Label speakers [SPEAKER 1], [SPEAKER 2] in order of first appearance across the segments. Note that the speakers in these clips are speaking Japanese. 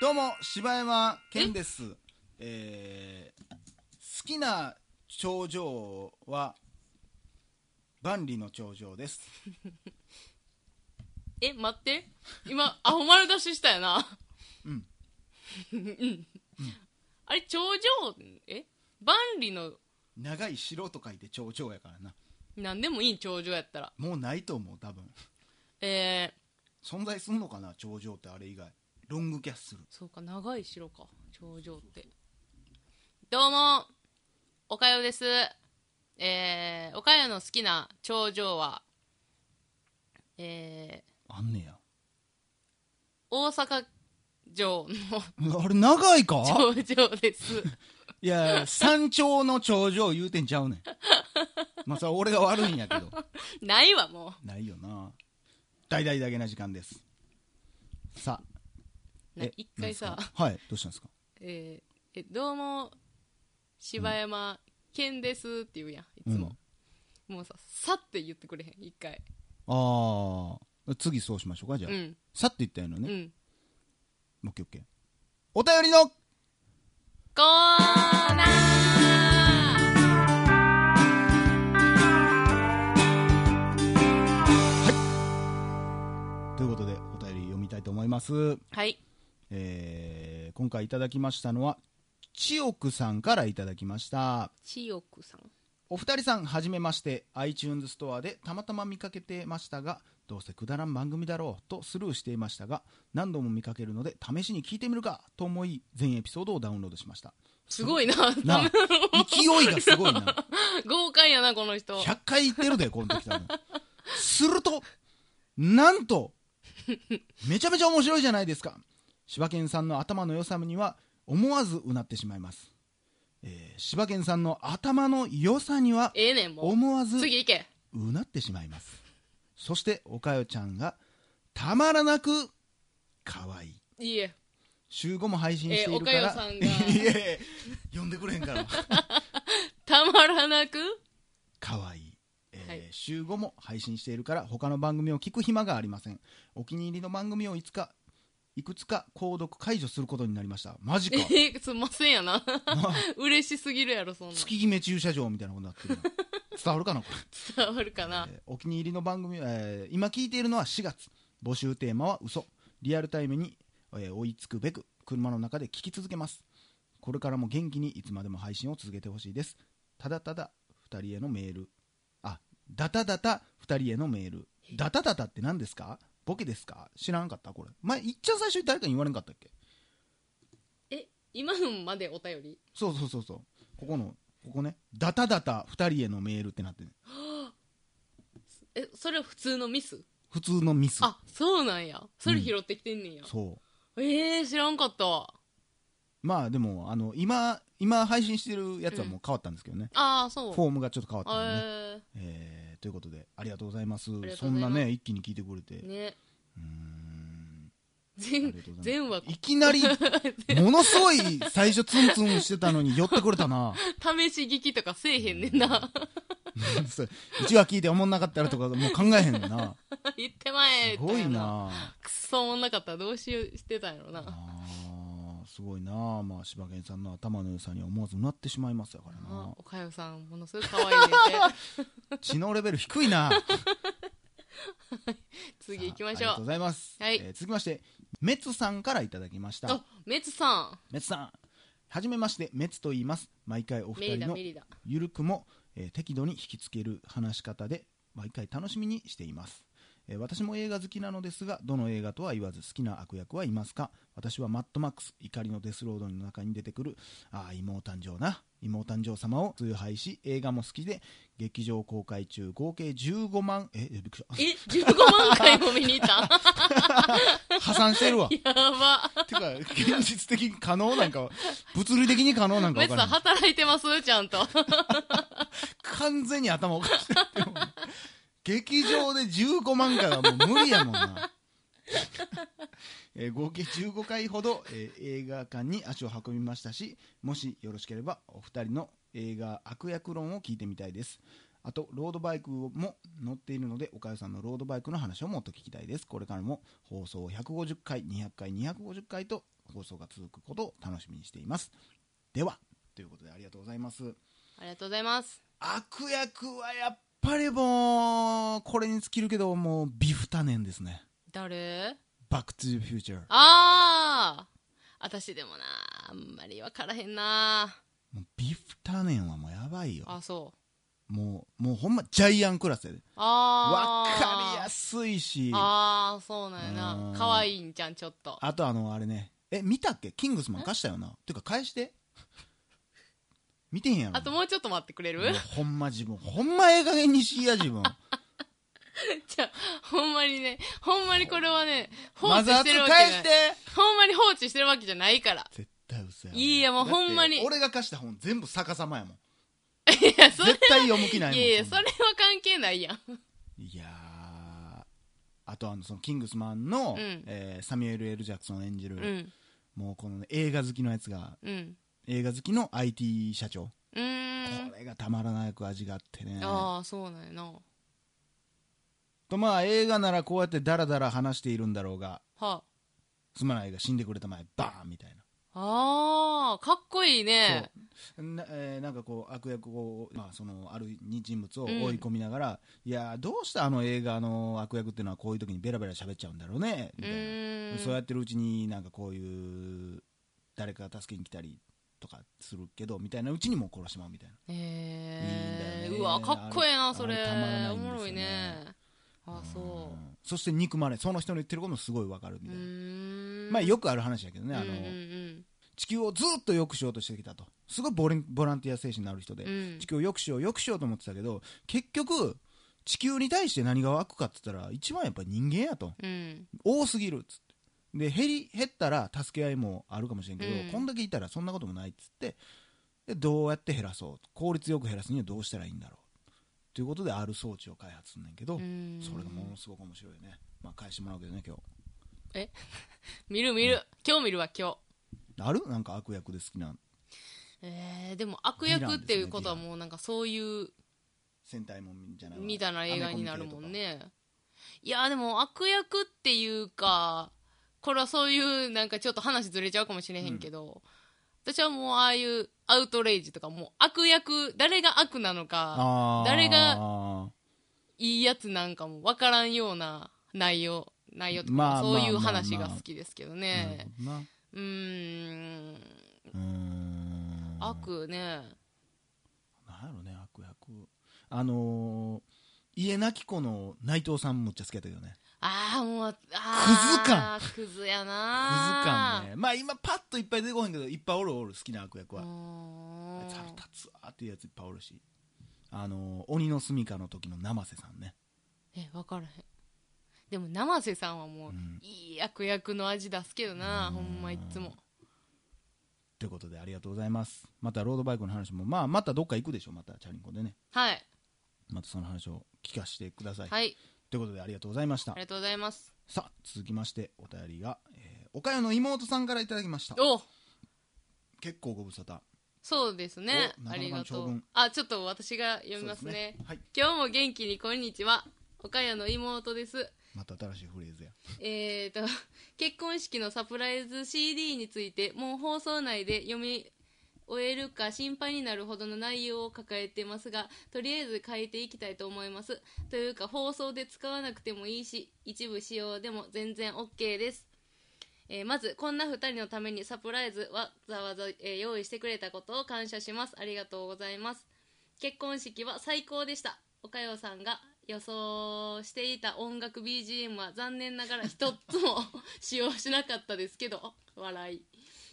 [SPEAKER 1] どうも柴山健ですえー、好きな頂上は万里の頂上です
[SPEAKER 2] え待って今アホ丸出ししたよな
[SPEAKER 1] うん
[SPEAKER 2] うんあれ頂上え万里の
[SPEAKER 1] 長い城と書いて頂上やからな
[SPEAKER 2] 何でもいい頂上やったら
[SPEAKER 1] もうないと思う多分
[SPEAKER 2] えー、
[SPEAKER 1] 存在すんのかな頂上ってあれ以外ロングキャッスル
[SPEAKER 2] そうか長い城か頂上ってどうもおかよですえー、おかよの好きな頂上はえー、
[SPEAKER 1] あんねや
[SPEAKER 2] 大阪城の
[SPEAKER 1] あれ長いか
[SPEAKER 2] 頂上です
[SPEAKER 1] いや山頂の頂上言うてんちゃうね んまあそれは俺が悪いんやけど
[SPEAKER 2] ないわも
[SPEAKER 1] ないよな大々だけな時間ですさあ
[SPEAKER 2] うな
[SPEAKER 1] え
[SPEAKER 2] 一回さ
[SPEAKER 1] なんですかはいどうしたんですか
[SPEAKER 2] えーえどうも柴山健ですって言うやんいつも、もうささって言ってくれへん一回
[SPEAKER 1] ああ次そうしましょうかじゃあ、
[SPEAKER 2] うん
[SPEAKER 1] さっと言ったような
[SPEAKER 2] う
[SPEAKER 1] ね、
[SPEAKER 2] ん
[SPEAKER 1] オッケーオッケーお便りの
[SPEAKER 2] コーナー
[SPEAKER 1] ということでお便り読みたいと思います
[SPEAKER 2] はい
[SPEAKER 1] えー今回いただきましたのは千億さんからいただきました
[SPEAKER 2] 千代子さん
[SPEAKER 1] お二人さんはじめまして iTunes ストアでたまたま見かけてましたがどうせくだらん番組だろうとスルーしていましたが何度も見かけるので試しに聞いてみるかと思い全エピソードをダウンロードしました
[SPEAKER 2] すごいな
[SPEAKER 1] な あ勢いがすごいな
[SPEAKER 2] 豪快やなこの人
[SPEAKER 1] 100回言ってるでこの時多分するとなんとめちゃめちゃ面白いじゃないですか柴犬さんの頭の良さには思わずうなってしまいます、えー、柴犬さんの頭の良さには
[SPEAKER 2] ええねんも
[SPEAKER 1] 思わ
[SPEAKER 2] う
[SPEAKER 1] ず
[SPEAKER 2] 次行け
[SPEAKER 1] うなってしまいますそしておかよちゃんがたまらなく可愛い
[SPEAKER 2] いいえ
[SPEAKER 1] 週5も配信しているか
[SPEAKER 2] えお
[SPEAKER 1] ら、
[SPEAKER 2] かよさんが
[SPEAKER 1] いやいや呼んでくれへんから
[SPEAKER 2] たまらなく
[SPEAKER 1] 可愛いえー
[SPEAKER 2] はい
[SPEAKER 1] 週5も配信しているから他の番組を聞く暇がありませんお気に入りの番組をいつかいくつか購読解除することになりましたマ ジか
[SPEAKER 2] えーすんませんやな 嬉しすぎるやろそんなん
[SPEAKER 1] 月決め駐車場みたいなことになってるな伝わるかなこれ
[SPEAKER 2] 伝わるかな、
[SPEAKER 1] えーお気に入りの番組、えー今聞いているのは4月募集テーマは嘘リアルタイムに、えー追いつくべく車の中で聞き続けますこれからも元気にいつまでも配信を続けてほしいですただただ2人へのメールあだただた2人へのメールだただたって何ですかボケですか知らなかったこれ前いっちゃん最初に誰かに言われんかったっけ
[SPEAKER 2] え今のまでお便り
[SPEAKER 1] そうそうそうそうここのここねだただた2人へのメールってなってる
[SPEAKER 2] えそれは普通のミス
[SPEAKER 1] 普通のミス
[SPEAKER 2] あそうなんやそれ拾ってきてんねんや、
[SPEAKER 1] そう
[SPEAKER 2] ええー、知らんかったわ
[SPEAKER 1] まあでもあの今今配信してるやつはもう変わったんですけどね、
[SPEAKER 2] ああそう
[SPEAKER 1] フォームがちょっと変わったんでね、
[SPEAKER 2] え
[SPEAKER 1] えーということでありがとうございます
[SPEAKER 2] りがと
[SPEAKER 1] そう
[SPEAKER 2] ご
[SPEAKER 1] ん
[SPEAKER 2] ざい
[SPEAKER 1] な
[SPEAKER 2] ます
[SPEAKER 1] ね一気に聞いてくれて、
[SPEAKER 2] ー、ね
[SPEAKER 1] うーんあ
[SPEAKER 2] 全
[SPEAKER 1] りがとうござい
[SPEAKER 2] 全話
[SPEAKER 1] いきなりものすごい最初ツンツンしてたのに寄ってくれたな
[SPEAKER 2] 試し聞きとかせえへんねんな
[SPEAKER 1] そう一話聞いて思んなかったらとかもう考えへんもんな
[SPEAKER 2] 言ってま え
[SPEAKER 1] すごい
[SPEAKER 2] みた
[SPEAKER 1] な
[SPEAKER 2] くっそもんなかったらどうしようしてたんやろな
[SPEAKER 1] あーすごいなまあ柴犬さんの頭の良さには思わずうなってしまいますやから
[SPEAKER 2] あ
[SPEAKER 1] な
[SPEAKER 2] おかよさんものすごい可愛いねんで
[SPEAKER 1] 知能レベル低いな
[SPEAKER 2] 次行きまし
[SPEAKER 1] さあありがとうご
[SPEAKER 2] ょう
[SPEAKER 1] ざいます、
[SPEAKER 2] はい
[SPEAKER 1] えー続きましてメツさんからいただきまし
[SPEAKER 2] あ
[SPEAKER 1] た
[SPEAKER 2] メツさん
[SPEAKER 1] メツさんはじめましてメツと言います毎回お
[SPEAKER 2] メリ
[SPEAKER 1] 二
[SPEAKER 2] ダ
[SPEAKER 1] 人の
[SPEAKER 2] メ リダ
[SPEAKER 1] ゆるくも、えー適度に引きつける話し方で毎回楽しみにしています、えー私も映画好きなのですがどの映画とは言わず好きな悪役はいますか私はマッドマックス怒りのデスロードの中に出てくるああ妹誕生な妹誕生様を崇拝し映画も好きで劇場公開中合計15万ええびっ くりし
[SPEAKER 2] え15万回も見に行っ た
[SPEAKER 1] た破産してるわ
[SPEAKER 2] やば
[SPEAKER 1] てか現実的に可能なんかは物理的に可能なんか
[SPEAKER 2] メ
[SPEAKER 1] 分
[SPEAKER 2] ツ
[SPEAKER 1] か
[SPEAKER 2] さ
[SPEAKER 1] ら
[SPEAKER 2] ん
[SPEAKER 1] ない
[SPEAKER 2] 働いてますちゃんと
[SPEAKER 1] 完全に頭おかしいってもう劇場で15万回はもう無理やもんな えー合計15回ほど、えー映画館に足を運びましたしもしよろしければお二人の映画悪役論を聞いてみたいですあとロードバイクも乗っているのでおかゆさんのロードバイクの話をもっと聞きたいですこれからも放送150回200回250回と放送が続くことを楽しみにしていますではということでありがとうございます
[SPEAKER 2] ありがとうございます
[SPEAKER 1] 悪役はやっぱりもうこれに尽きるけどもうビフタネンですね
[SPEAKER 2] 誰
[SPEAKER 1] バック・トゥ・フューチャー
[SPEAKER 2] ああ私でもなあんまり分からへんな
[SPEAKER 1] もうビフタネンはもうやばいよ
[SPEAKER 2] あそう
[SPEAKER 1] もうもうほんまジャイアンクラスやでわ
[SPEAKER 2] ああ
[SPEAKER 1] かりやすいしあ
[SPEAKER 2] ああそうなんや
[SPEAKER 1] うん
[SPEAKER 2] な可愛いんじゃんちょっと
[SPEAKER 1] とあのあれねえ見たっけキングスマン貸したよなていうか返して 見てへんやろ
[SPEAKER 2] あともうちょっと待ってくれ
[SPEAKER 1] う
[SPEAKER 2] る
[SPEAKER 1] ほんま自分ほんまええ加減にしいや自分
[SPEAKER 2] じゃあ ほんまにねほんまにこれはね 放
[SPEAKER 1] マ
[SPEAKER 2] 置
[SPEAKER 1] ザーズ
[SPEAKER 2] してるわけ
[SPEAKER 1] 返
[SPEAKER 2] じゃ
[SPEAKER 1] して
[SPEAKER 2] ないほんまに放置してるわけじゃないから
[SPEAKER 1] 絶対嘘やん
[SPEAKER 2] いやもう
[SPEAKER 1] だって
[SPEAKER 2] ほんまに
[SPEAKER 1] 俺が貸した本全部逆さまやもん
[SPEAKER 2] いやそれ
[SPEAKER 1] 絶対読む気ないもん
[SPEAKER 2] いやいや
[SPEAKER 1] ん
[SPEAKER 2] そ
[SPEAKER 1] な
[SPEAKER 2] れは関係ないやん
[SPEAKER 1] いやーあとあのそのキングスマンの、
[SPEAKER 2] うん
[SPEAKER 1] えーサミュエル・ L ・ジャクソン演じる、
[SPEAKER 2] うん
[SPEAKER 1] もうこの、ね、映画好きのやつが
[SPEAKER 2] うん
[SPEAKER 1] 映画好きの IT 社長、
[SPEAKER 2] うーん
[SPEAKER 1] これがたまらなく味があってね
[SPEAKER 2] ああそうなんやなは
[SPEAKER 1] とまあ映画ならこうやってダラダラ話しているんだろうが
[SPEAKER 2] あ
[SPEAKER 1] すまないが死んでくれたまえバーンみたいな
[SPEAKER 2] あーかっこいいね
[SPEAKER 1] な,、えーなんかこう悪役を、まあ、そのある人物を追い込みながら、いやーどうしてあの映画の悪役っていうのはこういう時にベラベラ喋っちゃうんだろうね
[SPEAKER 2] う
[SPEAKER 1] みたいな、
[SPEAKER 2] ーん
[SPEAKER 1] そうやってるうちになんかこういう誰かが助けに来たりとかするけどみたいなうちにもう殺してまうみたいな
[SPEAKER 2] へ
[SPEAKER 1] いいんだよ
[SPEAKER 2] え
[SPEAKER 1] ね
[SPEAKER 2] うわかっこええ
[SPEAKER 1] あ
[SPEAKER 2] な
[SPEAKER 1] れ
[SPEAKER 2] それ
[SPEAKER 1] あれたまらない
[SPEAKER 2] お
[SPEAKER 1] んですよね
[SPEAKER 2] もろいねあそ
[SPEAKER 1] んそして憎まれその人の言ってることもすごいわかる
[SPEAKER 2] う
[SPEAKER 1] み
[SPEAKER 2] う
[SPEAKER 1] たいな、
[SPEAKER 2] ーん
[SPEAKER 1] まあよくある話やけど
[SPEAKER 2] う
[SPEAKER 1] ね
[SPEAKER 2] ん
[SPEAKER 1] あ
[SPEAKER 2] う
[SPEAKER 1] の、
[SPEAKER 2] んうん
[SPEAKER 1] 地球をずっと良くしようとしてきたとすごいボレンボランティア精神のある人で、
[SPEAKER 2] うん
[SPEAKER 1] 地球を良くしよう良くしようと思ってたけど結局地球に対して何が悪かって言ったら一番やっぱ人間やと
[SPEAKER 2] うん
[SPEAKER 1] 多すぎるっつってで減り減ったら助け合いもあるかもしれんけど、
[SPEAKER 2] うん
[SPEAKER 1] こんだけいたらそんなこともないっつってでどうやって減らそう効率よく減らすにはどうしたらいいんだろうということである装置を開発すんねんけど、
[SPEAKER 2] うん
[SPEAKER 1] それがものすごく面白いよねまあ返してもらうけどね今日
[SPEAKER 2] 見る見る今日見るわ今日
[SPEAKER 1] あるなんか悪役で好きな
[SPEAKER 2] えーでも悪役っていうことはもうなんかそういう
[SPEAKER 1] 戦隊もんじゃないわ
[SPEAKER 2] みたいな映画になるも
[SPEAKER 1] アメコミ系と
[SPEAKER 2] ん
[SPEAKER 1] か
[SPEAKER 2] ねいやでも悪役っていうかこれはそういうなんかちょっと話ずれちゃうかもしれへんけど、私はもうああいうアウトレイジとかもう悪役誰が悪なのか
[SPEAKER 1] あー
[SPEAKER 2] 誰がいいやつなんかも分からんような内容内容とか、
[SPEAKER 1] まあ
[SPEAKER 2] そういう
[SPEAKER 1] まあまあまあ
[SPEAKER 2] 話が好きですけど
[SPEAKER 1] なる
[SPEAKER 2] ね、
[SPEAKER 1] ほどな
[SPEAKER 2] うーん
[SPEAKER 1] うーん
[SPEAKER 2] 悪ね
[SPEAKER 1] なんやろね悪役あのー、家なき子の内藤さんむっちゃ好きやったけどね
[SPEAKER 2] ああもうあークズや
[SPEAKER 1] クズ
[SPEAKER 2] な
[SPEAKER 1] 感ねまあ今パッといっぱい出てこへんけどいっぱいおるおる好きな悪役は
[SPEAKER 2] う
[SPEAKER 1] あい
[SPEAKER 2] ー
[SPEAKER 1] つ
[SPEAKER 2] ん
[SPEAKER 1] 腹立つわーっていうやついっぱいおるしあのー、鬼の住処の時の生瀬さんね
[SPEAKER 2] え分からへんでも生瀬さんはもう、
[SPEAKER 1] うん
[SPEAKER 2] いい悪役の味出すけどなほんまいっつも
[SPEAKER 1] ということでありがとうございますまたロードバイクの話もまあまたどっか行くでしょまたチャリンコでね
[SPEAKER 2] はい
[SPEAKER 1] またその話を聞かせてください、
[SPEAKER 2] はい
[SPEAKER 1] ということでありがとうございました
[SPEAKER 2] ありがとうございます
[SPEAKER 1] さあ続きましてお便りが、えー、おかよの妹さんからいただきました
[SPEAKER 2] お
[SPEAKER 1] 結構ご無沙汰
[SPEAKER 2] そうですね
[SPEAKER 1] おな
[SPEAKER 2] あ
[SPEAKER 1] かな
[SPEAKER 2] り
[SPEAKER 1] かの
[SPEAKER 2] が
[SPEAKER 1] 長
[SPEAKER 2] と
[SPEAKER 1] 文
[SPEAKER 2] うあちょっと私が読みます
[SPEAKER 1] そう
[SPEAKER 2] ね
[SPEAKER 1] ですはい
[SPEAKER 2] 今日も元気にこんにちは岡谷の妹です
[SPEAKER 1] また新しいフレーズや
[SPEAKER 2] えーと結婚式のサプライズ CD についてもう放送内で読み終えるか心配になるほどの内容を抱えてますがとりあえず変えていきたいと思いますというか放送で使わなくてもいいし一部使用でも全然 OK です、えーまずこんな2人のためにサプライズわざわざ、えー用意してくれたことを感謝しますありがとうございます結婚式は最高でしたおかよさんが予想していた音楽 BGM は残念ながら一つも使用しなかったですけど笑い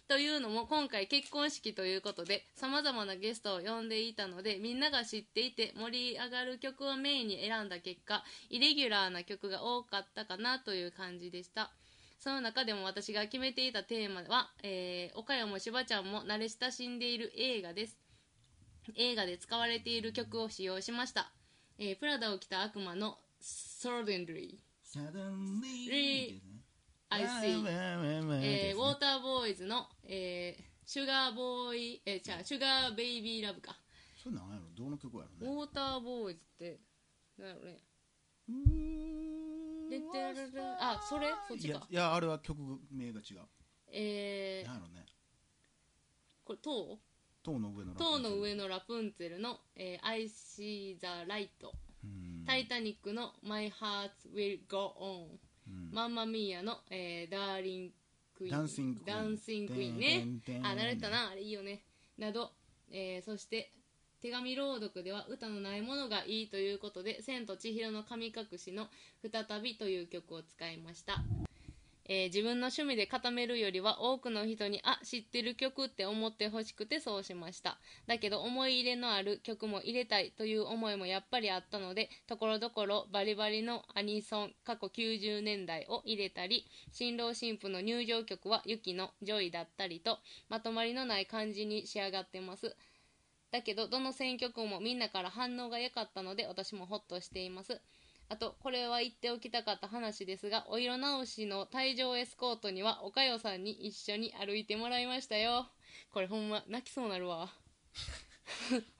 [SPEAKER 2] というのも今回結婚式ということでさまざまなゲストを呼んでいたのでみんなが知っていて盛り上がる曲をメインに選んだ結果イレギュラーな曲が多かったかなという感じでしたその中でも私が決めていたテーマは、えー、おかよもしばちゃんも慣れ親しんでいる映画です映画で使われている曲を使用しました、えープラダを着た悪魔の「Suddenly
[SPEAKER 1] Suddenly
[SPEAKER 2] I See」えーウォー
[SPEAKER 1] ー
[SPEAKER 2] ターボーイズの、えーシュガーボーイ、えー、じゃあシュガーベイビーラブか、
[SPEAKER 1] それなんやろどの曲や
[SPEAKER 2] ウ
[SPEAKER 1] ろね
[SPEAKER 2] ォーターボーイズってなんやろね
[SPEAKER 1] う
[SPEAKER 2] で
[SPEAKER 1] ー
[SPEAKER 2] てらららあそれそっ
[SPEAKER 1] い
[SPEAKER 2] ち
[SPEAKER 1] や
[SPEAKER 2] か
[SPEAKER 1] いやあれは曲名が違う
[SPEAKER 2] えー
[SPEAKER 1] なんやろね
[SPEAKER 2] これ塔
[SPEAKER 1] 塔の上のラプンツェ
[SPEAKER 2] 塔
[SPEAKER 1] ル
[SPEAKER 2] の上のラプンツェルの「えー、I see the light」
[SPEAKER 1] うん
[SPEAKER 2] タイタニック」の「My heart will go on」
[SPEAKER 1] うん
[SPEAKER 2] マンマミーヤの、えーダーリンクイーン
[SPEAKER 1] ダンシングクイーン
[SPEAKER 2] ダンシングクイーン
[SPEAKER 1] てんてんて
[SPEAKER 2] ね
[SPEAKER 1] ん
[SPEAKER 2] あ慣れたなあれいいよねなど、えーそして手紙朗読では歌のないものがいいということで「千と千尋の神隠し」の「再び」という曲を使いました、えー自分の趣味で固めるよりは多くの人にあ知ってる曲って思ってほしくてそうしましただけど思い入れのある曲も入れたいという思いもやっぱりあったのでところどころバリバリのアニソン過去90年代を入れたり新郎新婦の入場曲はユキの「ジョイ」だったりとまとまりのない感じに仕上がってますだけどどの選曲もみんなから反応が良かったので私もホッとしていますあとこれは言っておきたかった話ですがお色直しの退場エスコートにはおかよさんに一緒に歩いてもらいましたよこれほんま泣きそうなるわ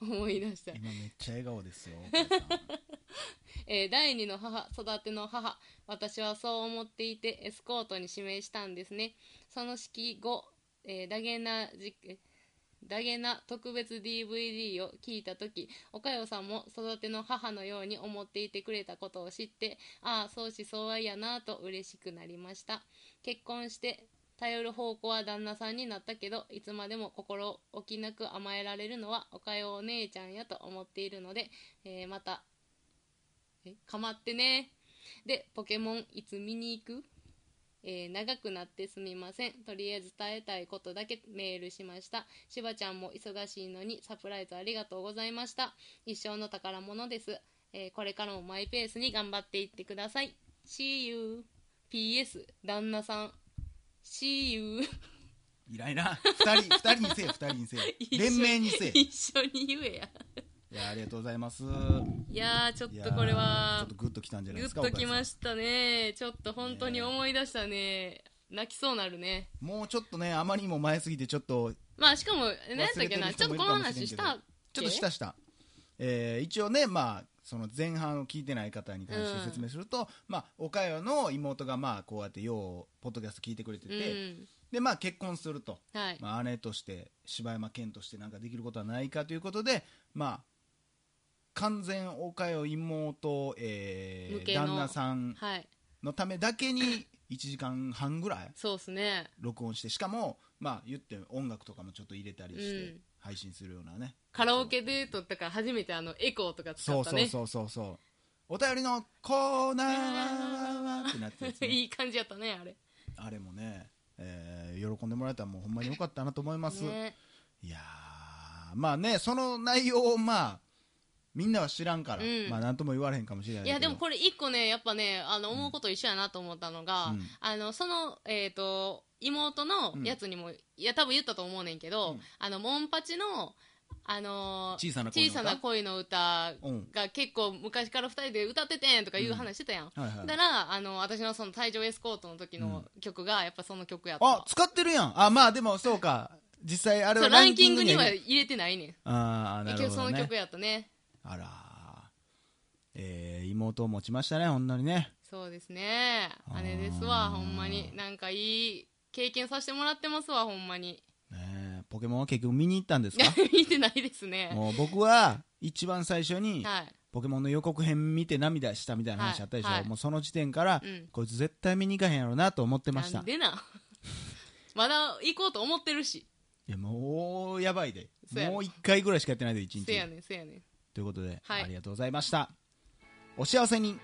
[SPEAKER 2] 思い出した
[SPEAKER 1] 今めっちゃ笑顔ですよお母さん
[SPEAKER 2] えー第二の母育ての母私はそう思っていてエスコートに指名したんですねその式後、えーダゲナじえダゲナ特別 DVD を聞いた時岡代さんも育ての母のように思っていてくれたことを知ってああ相思相愛やなと嬉しくなりました結婚して頼る方向は旦那さんになったけどいつまでも心置きなく甘えられるのはおかよお姉ちゃんやと思っているので、えーまたえかまってねでポケモンいつ見に行く、えー長くなってすみませんとりあえず伝えたいことだけメールしましたしばちゃんも忙しいのにサプライズありがとうございました一生の宝物です、えーこれからもマイペースに頑張っていってください See you PS 旦那さん See you
[SPEAKER 1] いらいな二人二人にせえ二人にせえ
[SPEAKER 2] 一緒に
[SPEAKER 1] 連名にせえい
[SPEAKER 2] 一緒に言えや
[SPEAKER 1] やありがとうございます
[SPEAKER 2] いやーちょっ
[SPEAKER 1] いや
[SPEAKER 2] とこれ
[SPEAKER 1] ちょ
[SPEAKER 2] は
[SPEAKER 1] っとグッときたんじゃないで
[SPEAKER 2] グ
[SPEAKER 1] すか
[SPEAKER 2] ッときま
[SPEAKER 1] し
[SPEAKER 2] したねちょっと本当に思い出したね泣きそうなるね
[SPEAKER 1] もうちょっとねあまりにも前すぎてちょっと
[SPEAKER 2] まあしかも何やったっ
[SPEAKER 1] 忘
[SPEAKER 2] け
[SPEAKER 1] れ
[SPEAKER 2] な
[SPEAKER 1] て
[SPEAKER 2] ちょっ
[SPEAKER 1] る人
[SPEAKER 2] と
[SPEAKER 1] も
[SPEAKER 2] この話したっ
[SPEAKER 1] ちょっとしたした、えー一応ね、まあ、その前半を聞いてない方に関して説明すると、まあ、岡山の妹がまあこうやってようポッドキャスト聞いてくれて
[SPEAKER 2] う
[SPEAKER 1] て、
[SPEAKER 2] ん
[SPEAKER 1] でまあ、結婚すると、
[SPEAKER 2] はい、
[SPEAKER 1] まあ、姉として柴山健としてなんかできることはないかということで、まあ、完全岡山妹、えー
[SPEAKER 2] 向けの
[SPEAKER 1] 旦那さん
[SPEAKER 2] はい
[SPEAKER 1] のためだけに1時間半ぐらい
[SPEAKER 2] そうっすね
[SPEAKER 1] 録音してしかも、まあ、言って音楽とかもちょっと入れたりし
[SPEAKER 2] う
[SPEAKER 1] て
[SPEAKER 2] ん
[SPEAKER 1] 配信するようなね、
[SPEAKER 2] カラオケデートとか初めてあのエコーとか使
[SPEAKER 1] そ
[SPEAKER 2] っ
[SPEAKER 1] う
[SPEAKER 2] た
[SPEAKER 1] そう
[SPEAKER 2] ね
[SPEAKER 1] そうそうそうお便りのコーナーはってなってたやつね
[SPEAKER 2] いい感じやったねあれ
[SPEAKER 1] あれもね、えー喜んでもらえたらもうほんまによかったなと思います、
[SPEAKER 2] ね
[SPEAKER 1] いやーまあねその内容をまあみんなは知らんから、
[SPEAKER 2] うん
[SPEAKER 1] まあ何とも言われへんかもしれない
[SPEAKER 2] い
[SPEAKER 1] けど
[SPEAKER 2] やでもこれ一個ねやっぱねあの思うこと一緒やなと思ったのが、
[SPEAKER 1] うん
[SPEAKER 2] あのそのえっ、と妹のやつにも、いや多分言ったと思うねんけど、
[SPEAKER 1] うん
[SPEAKER 2] あのモンパチのあのー
[SPEAKER 1] 小さな恋
[SPEAKER 2] 小
[SPEAKER 1] の歌
[SPEAKER 2] さな恋の歌
[SPEAKER 1] うん
[SPEAKER 2] が結構昔から二人で歌っててんとかいう話してたやん、
[SPEAKER 1] はいはい
[SPEAKER 2] だからあの私のその退場エスコートの時の曲がやっぱその曲やった、
[SPEAKER 1] あ使ってるやんあまあでもそうか実際あれ
[SPEAKER 2] そ
[SPEAKER 1] は
[SPEAKER 2] うランキングには
[SPEAKER 1] ランキング
[SPEAKER 2] 入れてないねん
[SPEAKER 1] にはああなるほ
[SPEAKER 2] そ
[SPEAKER 1] ど
[SPEAKER 2] の
[SPEAKER 1] ね
[SPEAKER 2] 曲やったね
[SPEAKER 1] あらーえー妹を持ちましたねほんのにね
[SPEAKER 2] そうですね
[SPEAKER 1] あー
[SPEAKER 2] 姉ですわほんまになんかいい経験させてもらってますわほんまに
[SPEAKER 1] ねえポケモンは結局見に行ったん ですか
[SPEAKER 2] 見てないですね
[SPEAKER 1] もう僕は一番最初に
[SPEAKER 2] はい
[SPEAKER 1] ポケモンの予告編見て涙したみたいな話あったでしょ、
[SPEAKER 2] はいはい
[SPEAKER 1] もうその時点から、
[SPEAKER 2] うん
[SPEAKER 1] こいつ絶対見に行かへんやろなと思ってまし
[SPEAKER 2] な
[SPEAKER 1] た
[SPEAKER 2] んでな まだ行こうと思ってるし
[SPEAKER 1] いやもうやばいで
[SPEAKER 2] そうやね
[SPEAKER 1] もう1回ぐらいしかやってないで1日
[SPEAKER 2] せやねんせやねん
[SPEAKER 1] ということで、
[SPEAKER 2] はい
[SPEAKER 1] ありがとうございましたお幸せに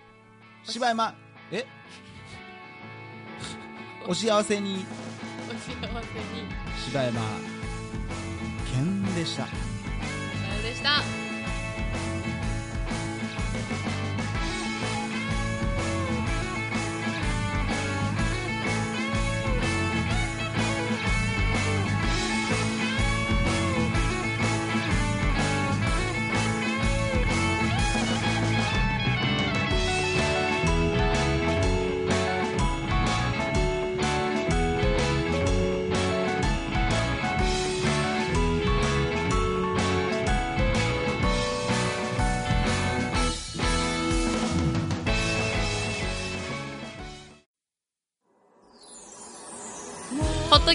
[SPEAKER 1] 柴山 えお幸せに
[SPEAKER 2] お幸せに
[SPEAKER 1] 柴山健でした
[SPEAKER 2] あれでした
[SPEAKER 3] 「
[SPEAKER 2] ッド